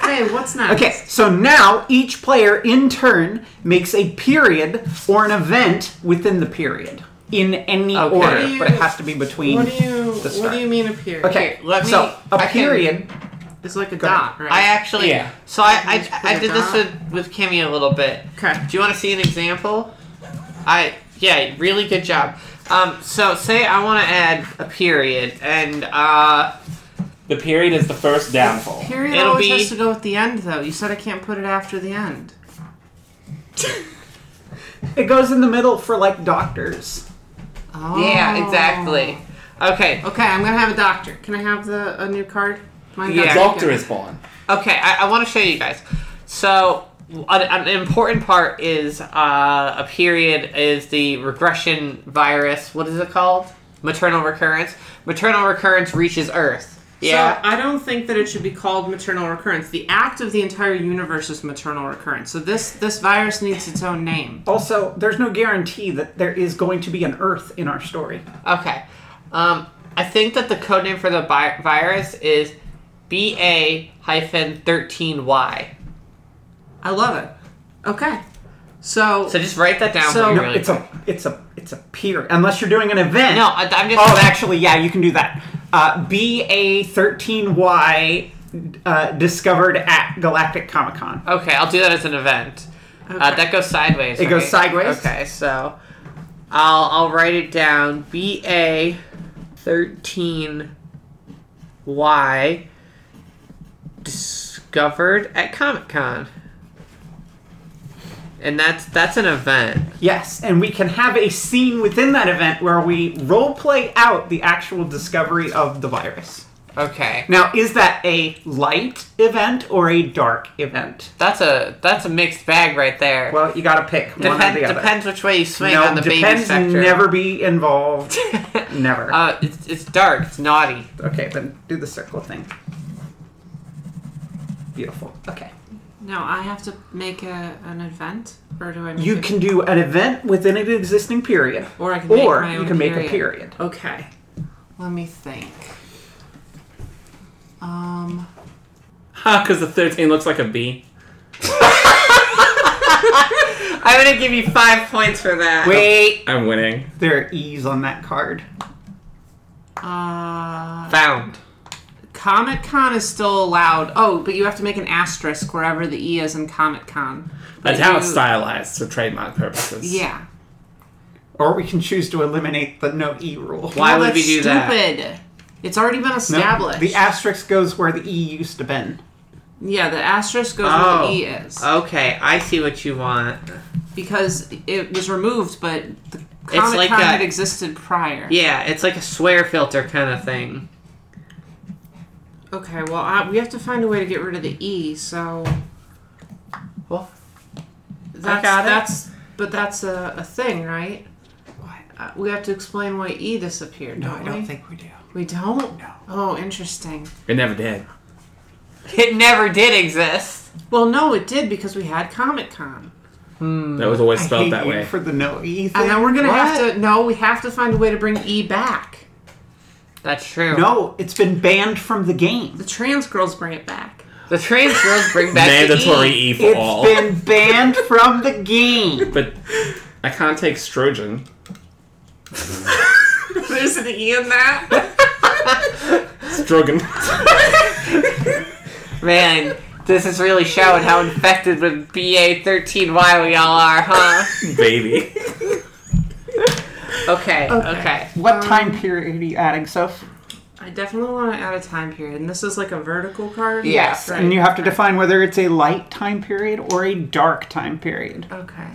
S3: hey, what's next?
S2: Okay, so now each player in turn makes a period or an event within the period in any
S4: Okay.
S2: order,
S3: What
S2: but
S3: do
S2: it
S3: you-
S2: has to be between.
S3: What do you
S2: the
S3: What
S2: start.
S3: do you mean appear?
S2: Okay,
S4: let
S2: so
S4: me-
S2: a
S4: I can-
S2: period.
S3: It's like a dot, right?
S4: I actually.
S1: Yeah.
S4: So I,
S3: Can you just
S4: I, I
S3: put
S4: did
S3: it
S4: this
S3: down?
S4: with, with Kimmy a little bit.
S3: okay.
S4: Do you want to see an example? I yeah, really good job. Um, so say I want to add a period, and uh,
S1: The period is the first downfall.
S3: Period
S4: It'll
S3: always
S4: be-
S3: has to go with the end, though. You said I can't put it after the end.
S2: It goes in the middle for like doctors.
S3: Oh.
S4: yeah, exactly. Okay,
S3: Okay, I'm gonna have a doctor. Can I have the a new card? my
S4: Yeah.
S3: God.
S1: Doctor is born.
S4: Okay, I, I want to show you guys. So, an, an important part is uh, a period is the regression virus. What is it called? Maternal recurrence. Maternal recurrence reaches Earth. Yeah.
S3: So I don't think that it should be called maternal recurrence. The act of the entire universe is maternal recurrence. So this this virus needs its own name.
S2: Also, there's no guarantee that there is going to be an Earth in our story.
S4: okay. Um, I think that the code name for the bi- virus is BA hyphen 13Y.
S3: I love it. Okay. So,
S4: So just write that down.
S3: So-
S4: for me
S3: No,
S4: really
S2: It's a it's a it's a peer unless you're doing an event.
S4: no, I, I'm just.
S2: Oh, actually, yeah, you can do that. Uh, BA13Y uh, discovered at Galactic Comic Con.
S4: Okay, I'll do that as an event. Uh, that goes sideways.
S2: It goes
S4: right?
S2: sideways.
S4: Okay, so I'll I'll write it down. B A thirteen Y discovered at Comic Con, and that's that's an event.
S2: Yes, and we can have a scene within that event where we role play out the actual discovery of the virus.
S4: Okay,
S2: Now, is that a light event or a dark event?
S4: that's a that's a mixed bag right there.
S2: Well, you gotta pick one or
S4: Depend-
S2: the other.
S4: depends which way you swing
S2: no,
S4: on the baby
S2: depends.
S4: spectrum.
S2: Never be involved. never.
S4: uh, it's, it's dark. It's naughty.
S2: okay, then do the circle thing. Beautiful. Okay.
S3: now I have to make a, an event, or do I? Make
S2: You
S3: a-
S2: can do an event within an existing period,
S3: Or I can make
S2: or
S3: my
S2: you
S3: own
S2: can make a
S3: period.
S2: period.
S3: Okay. Let me think. Um.
S1: Ha, because the 13 looks like a B.
S4: I'm gonna give you five points for that.
S2: Wait,
S1: I'm winning.
S2: there are E's on that card.
S3: Uh,
S4: Found.
S3: Comic Con is still allowed. Oh, but you have to make an asterisk wherever the E is in Comic Con.
S1: That's how it's
S2: Mm.
S3: you-
S1: stylized for trademark purposes.
S3: Yeah.
S2: Or we can choose to eliminate the no E rule.
S4: Why
S3: No,
S4: would we
S3: that's
S4: do that?
S3: stupid. It's already been
S2: No,
S3: established.
S2: the asterisk goes where the E used to be.
S3: yeah, the asterisk goes where
S4: Oh.
S3: the E is
S4: Okay, I see what you want.
S3: because it was removed, but the Comic Con
S4: like a-
S3: had existed prior.
S4: Yeah, it's like a swear filter kind of thing.
S3: Okay. Well, I, we have to find a way to get rid of the E. So
S4: Well,
S3: that's
S4: got it.
S3: that's but that's a, a thing, right? Uh, we have to explain why E disappeared. don't we?
S2: think we do.
S3: We don't? No. Oh, interesting.
S1: It never did.
S4: it never did exist.
S3: Well, no, it did because we had Comic Con.
S1: That was always
S2: Mm. I hate
S1: spelled that
S2: you
S1: way.
S2: for the no E thing.
S3: And then we're going to
S2: What?
S3: have to. No, we have to find a way to bring E back.
S4: That's true.
S2: No, it's been banned from the game.
S3: The trans girls bring it back.
S4: The trans girls bring back
S1: Mandatory
S4: The e.
S1: E for
S2: It's
S1: all.
S2: been banned from the game.
S1: But I can't take Strojan.
S3: There's an E in that?
S1: Strogan.
S4: Man, this is really showing how infected with BA13Y we all are, huh?
S1: Baby.
S4: Okay, okay.
S2: What
S3: Um,
S2: time period are you adding, Soph?
S3: I definitely want to add a time period. And this is like a vertical card?
S2: Yes,
S3: Right.
S2: and you have to define whether it's a light time period or a dark time period.
S3: Okay.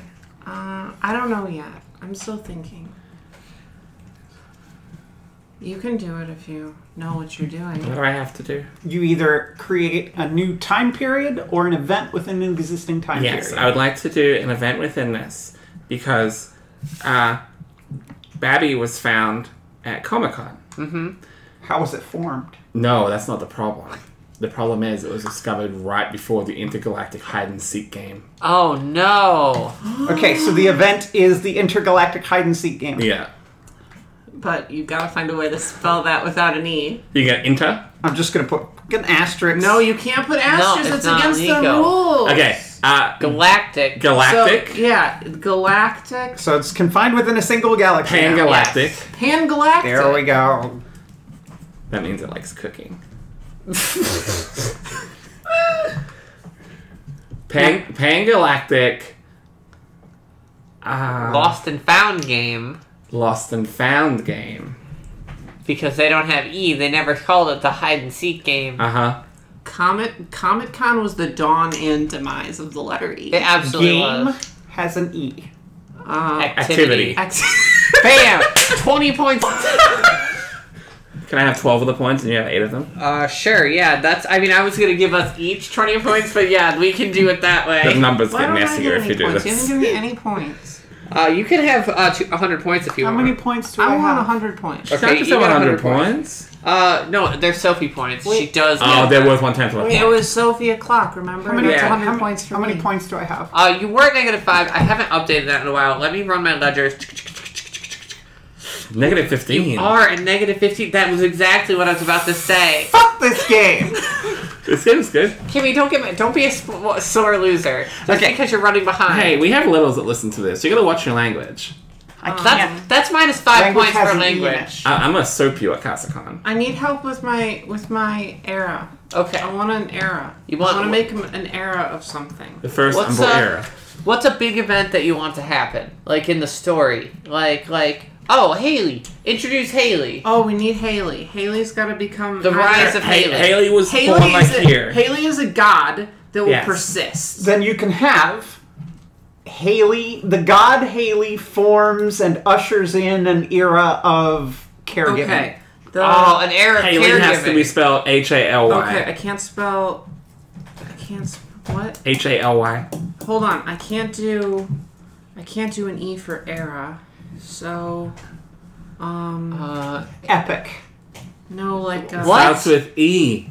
S3: Uh, I don't know yet. I'm still thinking. You can do it if you know what you're doing.
S1: What do I have to do?
S2: You either create a new time period or an event within an existing time
S1: Yes, I
S2: period.
S1: would like to do an event within this because uh, Babby was found at Comic Con.
S2: How was it formed?
S1: No, that's not the problem. The problem is it was discovered right before the intergalactic hide and seek game.
S4: Oh no.
S2: Okay, so the event is the intergalactic hide and seek game.
S1: Yeah.
S3: But you've got to find a way to spell that without an E.
S1: You get inter?
S2: I'm just gonna put an asterisk.
S3: No, you can't put asterisks.
S4: it's
S3: it's
S4: not
S3: against the
S4: legal.
S3: rules.
S1: Okay. Uh,
S4: Galactic.
S1: galactic.
S3: So, yeah, galactic,
S2: So it's confined within a single galaxy. now.
S1: Pangalactic.
S4: Yes.
S3: pangalactic.
S2: There we go.
S1: That means it likes cooking. Pan Pangalactic. Uh,
S4: Lost and found game.
S1: lost and found game.
S4: Because they don't have E, they never called it the hide and seek game.
S1: Uh huh.
S3: Comet Comic Con was the dawn and demise of the letter E.
S4: It absolutely
S2: Game
S4: was.
S2: has an E.
S3: Um,
S1: Activity.
S3: ex-
S4: Bam! 20 points.
S1: Can I have 12 of the points and you have 8 of them?
S4: Uh, sure, yeah, that's. I mean, I was gonna give us each twenty points, but yeah, we can do it that
S1: The
S4: way.
S1: numbers
S3: Why
S1: get
S3: don't I get
S1: nastier if
S3: any
S1: you do
S3: points?
S1: this.
S3: You haven't given me any points.
S4: Uh, you can have uh, two, hundred points if you
S2: How
S4: want.
S2: many points do I,
S3: I want
S2: have?
S3: 100 points.
S4: Okay.
S1: Can I just have
S4: you got
S1: 100
S4: 100 points.
S1: points?
S4: Uh, no, they're Sophie points. She
S3: Wait.
S4: does.
S1: Oh,
S4: get
S1: there
S4: them.
S1: was one time to
S3: It was Sophie o'clock, remember?
S2: How many,
S3: That's
S4: Yeah.
S3: 100
S2: how,
S3: points for
S2: how many
S3: me.
S2: points do I have?
S4: Uh, you were negative five. I haven't updated that in a while. Let me run my ledgers.
S1: Negative 15.
S4: You are at negative 15. That was exactly what I was about to say.
S2: Fuck this game!
S1: This game's good.
S4: Kimmy, don't get me, don't be a sp- sore loser. Just
S1: Okay.
S4: because you're running behind.
S1: Hey, we have littles that listen to this. You gotta watch your language.
S2: I can't.
S4: that's that's minus five
S2: Language
S4: points
S2: has
S4: for
S2: an E in
S4: language.
S1: I- I'm gonna soap you at CasaCon.
S3: I need help with my with my era. I
S4: Okay.
S3: want an era.
S4: You want-
S3: I want to make him an era of something.
S1: The first
S4: What's
S1: Umbral
S4: up?
S1: era.
S4: What's a big event that you want to happen? Like in the story, like like oh Haley, introduce Haley.
S3: Oh, we need Haley. Haley's got to become
S4: The rise of
S3: Haley.
S1: Haley.
S4: Haley.
S1: Haley was born
S3: Haley
S1: like
S3: is, a,
S1: here.
S3: Haley is a god that will
S1: Yes.
S3: persist.
S2: Then you can have Haley, the god Haley forms and ushers in an era of caregiving.
S3: Okay. The,
S4: Oh, an era of
S1: Haley has to be
S4: caregiving.
S1: spelled H A L
S3: okay. Oh, I
S1: Y.
S3: can't spell. I can't. sp- What?
S1: H A L Y.
S3: Hold on. I can't do. I can't do an E for era. So, um,
S4: Uh,
S2: Epic.
S3: no, like uh,
S4: What?
S1: Starts with E.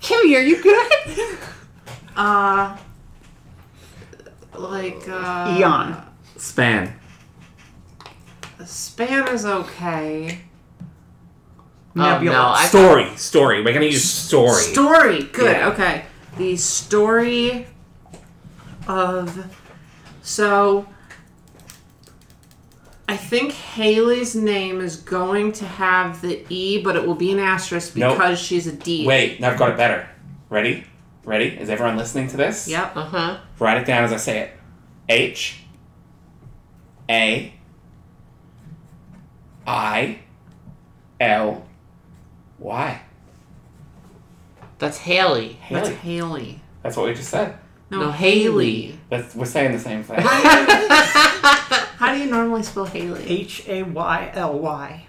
S4: Kimmy, are you good?
S3: Uh, like uh,
S2: Eon.
S1: Span.
S3: Span is okay.
S2: Nebula.
S4: oh, no, I-
S1: Story. Story. We're gonna use story.
S3: Story. Good.
S1: Yeah.
S3: Okay. The story of so I think Haley's name is going to have the E, but it will be an asterisk
S1: Nope.
S3: because she's a D.
S1: Wait, I've got it better. Ready? Ready? Is everyone listening to this?
S3: Yep.
S4: Uh huh.
S1: Write it down as I say it. H A I L Y.
S4: That's Haley.
S3: That's
S1: Haley.
S3: Haley.
S1: That's what we just said.
S3: No,
S4: No,
S3: Haley.
S4: Haley.
S1: That's, we're saying the same thing.
S3: How do you normally spell Haley?
S2: H A Y L Y.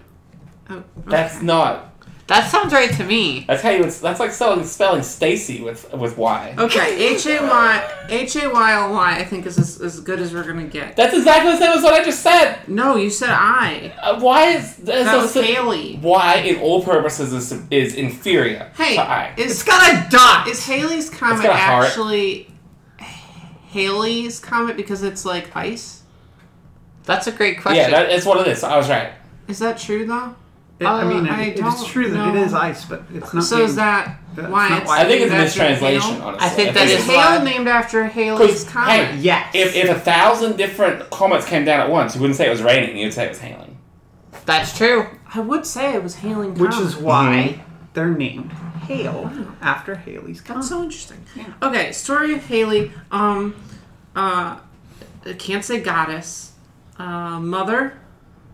S3: Oh, okay.
S1: That's not.
S4: That sounds right to me.
S1: That's how you. would- That's like spelling spelling Stacy with with Y.
S3: Oh. Okay, H A Y H A Y L Y. I think is as, as good as we're gonna get.
S1: That's exactly the same as what I just said.
S3: No, you said I.
S1: Uh, why is there's
S3: That was
S1: a-
S3: Haley.
S1: Why, in all purposes, is, is inferior
S3: Hey,
S1: to I.
S3: is
S2: It's got a dot!
S3: is Haley's comet
S1: got a heart.
S3: actually Haley's comet because it's like ice?
S4: That's a great question.
S1: yeah, that, it's what it is. I was right.
S3: Is that true though?
S2: It- I mean,
S3: Uh, I
S2: it- it's
S3: don't
S2: true that it
S3: know.
S2: is ice, but it's not.
S3: so
S2: named-
S3: is that
S2: That's
S3: why
S2: not
S3: it's
S2: why-
S1: I think it's a
S3: named after
S1: mistranslation,
S3: Hale?
S1: honestly.
S4: I think that
S3: Is
S4: is
S3: Hale
S4: why.
S3: named after Haley's
S1: Because,
S3: comet?
S1: hey,
S2: Yes.
S1: if, if a thousand different comets came down at once, you wouldn't say it was raining, you'd say it was hailing.
S4: That's true.
S3: I would say it was hailing
S2: Which
S3: comet.
S2: is why they're named Hale after Haley's comet.
S3: That's so interesting. Okay, story of Haley. Um, uh, can't say goddess. Uh, mother.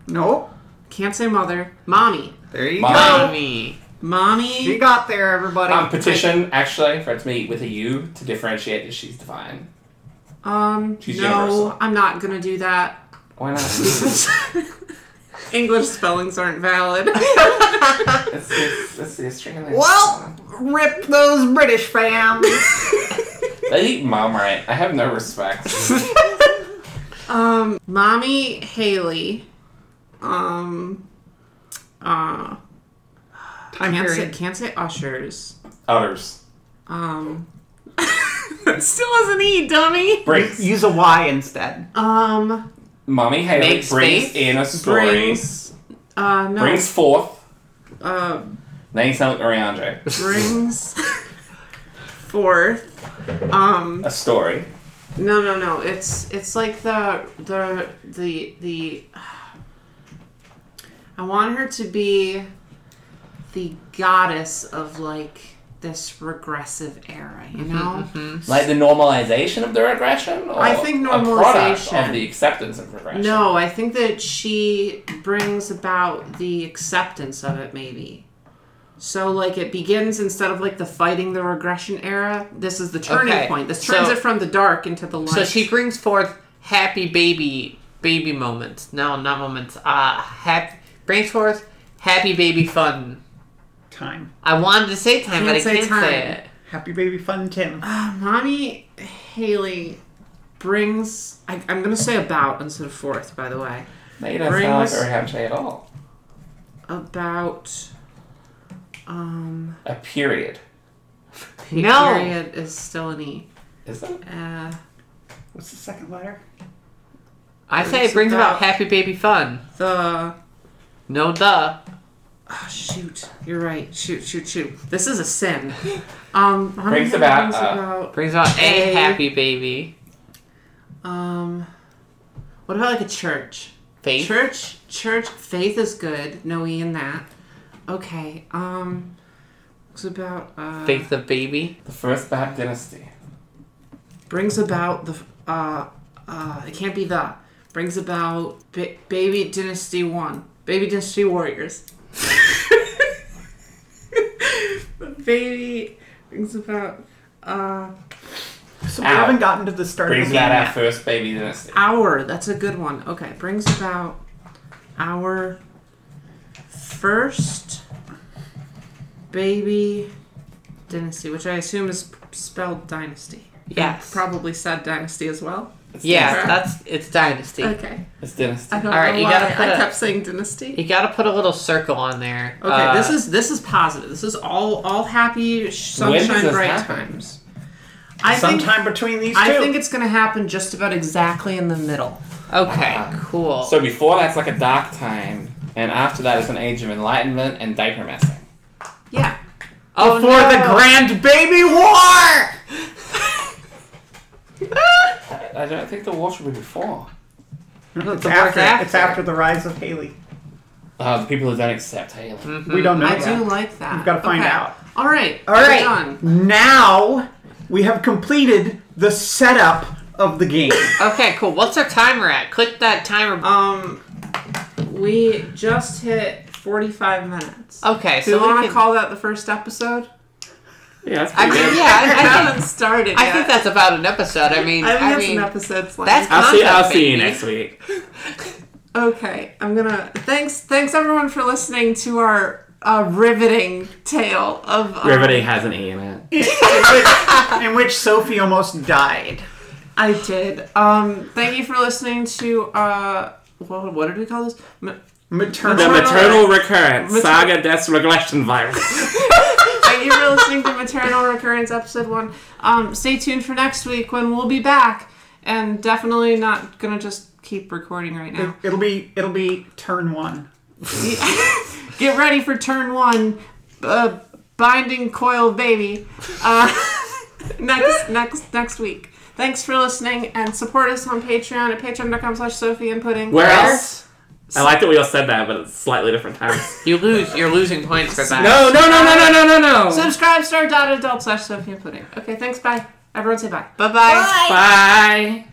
S2: Nope.
S3: Can't say mother. Mommy.
S2: There you
S1: Mom.
S2: go.
S4: Me.
S3: Mommy.
S2: She got there, everybody.
S1: Um, petition, actually, for it to be with a U to differentiate that she's divine.
S3: Um,
S1: She's
S3: no,
S1: universal.
S3: I'm not gonna do that.
S1: Why not? it's,
S3: English spellings aren't valid.
S1: it's, it's the Australian.
S2: well, rip those British fans.
S1: They eat mom right. I have no respect.
S3: um, mommy Haley. Um, uh,
S2: Time
S3: can't say,
S2: period.
S3: can't say ushers.
S1: Others.
S3: Um, that still doesn't E, dummy.
S1: Brings.
S2: Use a Y instead.
S3: Um,
S1: Mommy Haley
S4: Make
S1: brings
S4: space.
S1: in a story.
S3: brings. Uh, no.
S1: brings forth.
S3: Uh,
S1: Now you sound like Ariandre.
S3: brings forth. Um,
S1: A story.
S3: No, no, no. It's it's like the the the the. I want her to be the goddess of like this regressive era, you
S4: Mm-hmm,
S3: know.
S1: Like the normalization of the regression? Or
S3: I think
S1: A product
S3: normalization.
S1: of the acceptance of regression.
S3: No, I think that she brings about the acceptance of it, maybe. So like it begins instead of like the fighting the regression era. This is the turning
S4: Okay,
S3: point. This
S4: so-
S3: turns it from the dark into the light.
S4: So she brings forth happy baby baby moments. No, not moments. Uh, happy Brains Force, Happy Baby Fun.
S2: Time.
S4: I wanted to say time, but I
S3: Can't say
S4: can't
S3: time.
S4: say it.
S2: Happy baby fun Tim.
S3: Mommy Haley brings. I, I'm gonna say about instead of forth, by the way.
S1: Now you don't sound
S3: Rings.
S1: like a Ramsey at all.
S3: About. Um.
S1: A period.
S4: No.
S3: Period is still an E.
S1: Is that?
S3: Uh,
S2: What's the second letter?
S4: I say it
S3: It's
S4: brings about
S3: about-
S4: Happy Baby Fun.
S3: the.
S4: No duh.
S3: Oh, shoot. You're right. Shoot, shoot, shoot. This is a sin. Um, Mommy
S1: Brings
S3: Haley
S1: about,
S3: brings
S1: uh,
S3: about.
S4: Brings about a
S3: A.
S4: happy baby.
S3: Um. What about like a church?
S4: Faith.
S3: Church, church, faith is good. No e in that. Okay. Um, it's about uh,
S4: Faith of baby.
S1: The first Bab dynasty.
S3: brings about the uh uh. It can't be the brings about ba- baby dynasty one. Baby dynasty warriors. baby brings about uh
S2: So we
S1: Ow.
S2: haven't gotten to the start of
S1: Brings
S2: the game
S1: about our
S2: yet.
S1: first baby Uh, dynasty.
S3: our. That's a good one. Okay, brings about our first baby dynasty, which I assume is spelled dynasty.
S4: Yes.
S3: Probably said dynasty as well.
S1: It's
S4: Yeah,
S1: dynasty.
S4: that's it's dynasty.
S3: Okay.
S1: It's dynasty.
S3: I don't
S4: All right,
S3: know
S4: you
S3: why
S4: gotta put
S3: I
S4: a-
S3: kept saying dynasty.
S4: You gotta put a little circle on there.
S3: Okay,
S4: Uh,
S3: this is this is positive. This is all all happy sh-
S1: When does
S3: sunshine
S1: this
S3: bright
S1: happen?
S3: times. I think
S2: Sometime between these two.
S3: I think it's gonna happen just about exactly in the middle.
S4: okay.
S2: Uh,
S1: Wow.
S4: Cool.
S1: So before that's like a dark time, and after that is an age of enlightenment and diaper messing.
S3: Yeah.
S4: oh,
S2: Before the grand baby war!
S1: I don't think the war should be before.
S2: It's
S4: war
S2: after,
S4: after.
S2: it's after the rise of Haley.
S1: Uh, the people who don't accept Haley.
S4: Mm-hmm.
S2: We don't know.
S3: I
S2: yet.
S3: do like that.
S2: We've gotta find out.
S3: All right.
S2: All right.
S3: Done.
S2: Now we have completed the setup of the game.
S4: Okay, cool. What's our timer at? Click that timer.
S3: Um, we just hit 45 minutes.
S4: okay,
S3: Do you
S4: so we
S3: want
S4: can,
S3: to call that the first episode?
S1: Yeah, that's
S4: I
S1: pretty
S4: mean,
S1: good.
S4: yeah, I, I, think,
S3: started.
S4: I think that's about an episode. I mean,
S3: uh, I think
S4: I,
S3: that's
S4: mean,
S3: an episode. Slide.
S4: that's
S1: I'll see. I'll
S4: concept,
S1: see you
S4: baby.
S1: next week.
S3: okay. I'm gonna thanks thanks everyone for listening to our uh, riveting tale of um,
S1: Riveting has an E in it.
S2: in, which, in which Sophie almost died.
S3: I did. Um, thank you for listening to uh, what, what did we call this? M-
S1: The
S2: Maternal.
S1: maternal
S3: Maternal-
S1: recurrence
S3: Mater-
S1: saga death regression virus.
S3: Thank you for listening to Maternal Recurrence episode one. Um, stay tuned for next week when we'll be back, and definitely not gonna just keep recording right now.
S2: It'll be it'll be turn one.
S3: Get ready for turn one, uh, binding coil baby. Uh, next next next week. Thanks for listening and support us on Patreon at patreon.com slash Sophie and Pudding.
S1: Where else? I like that we all said that, but it's slightly different times.
S4: You lose. You're losing points for that.
S1: no, no, no, no, no, no, no, no.
S3: Subscribe star dot adult slash Sophie and Pudding. Okay, thanks. Bye. Everyone say bye.
S4: Bye bye.
S1: Bye.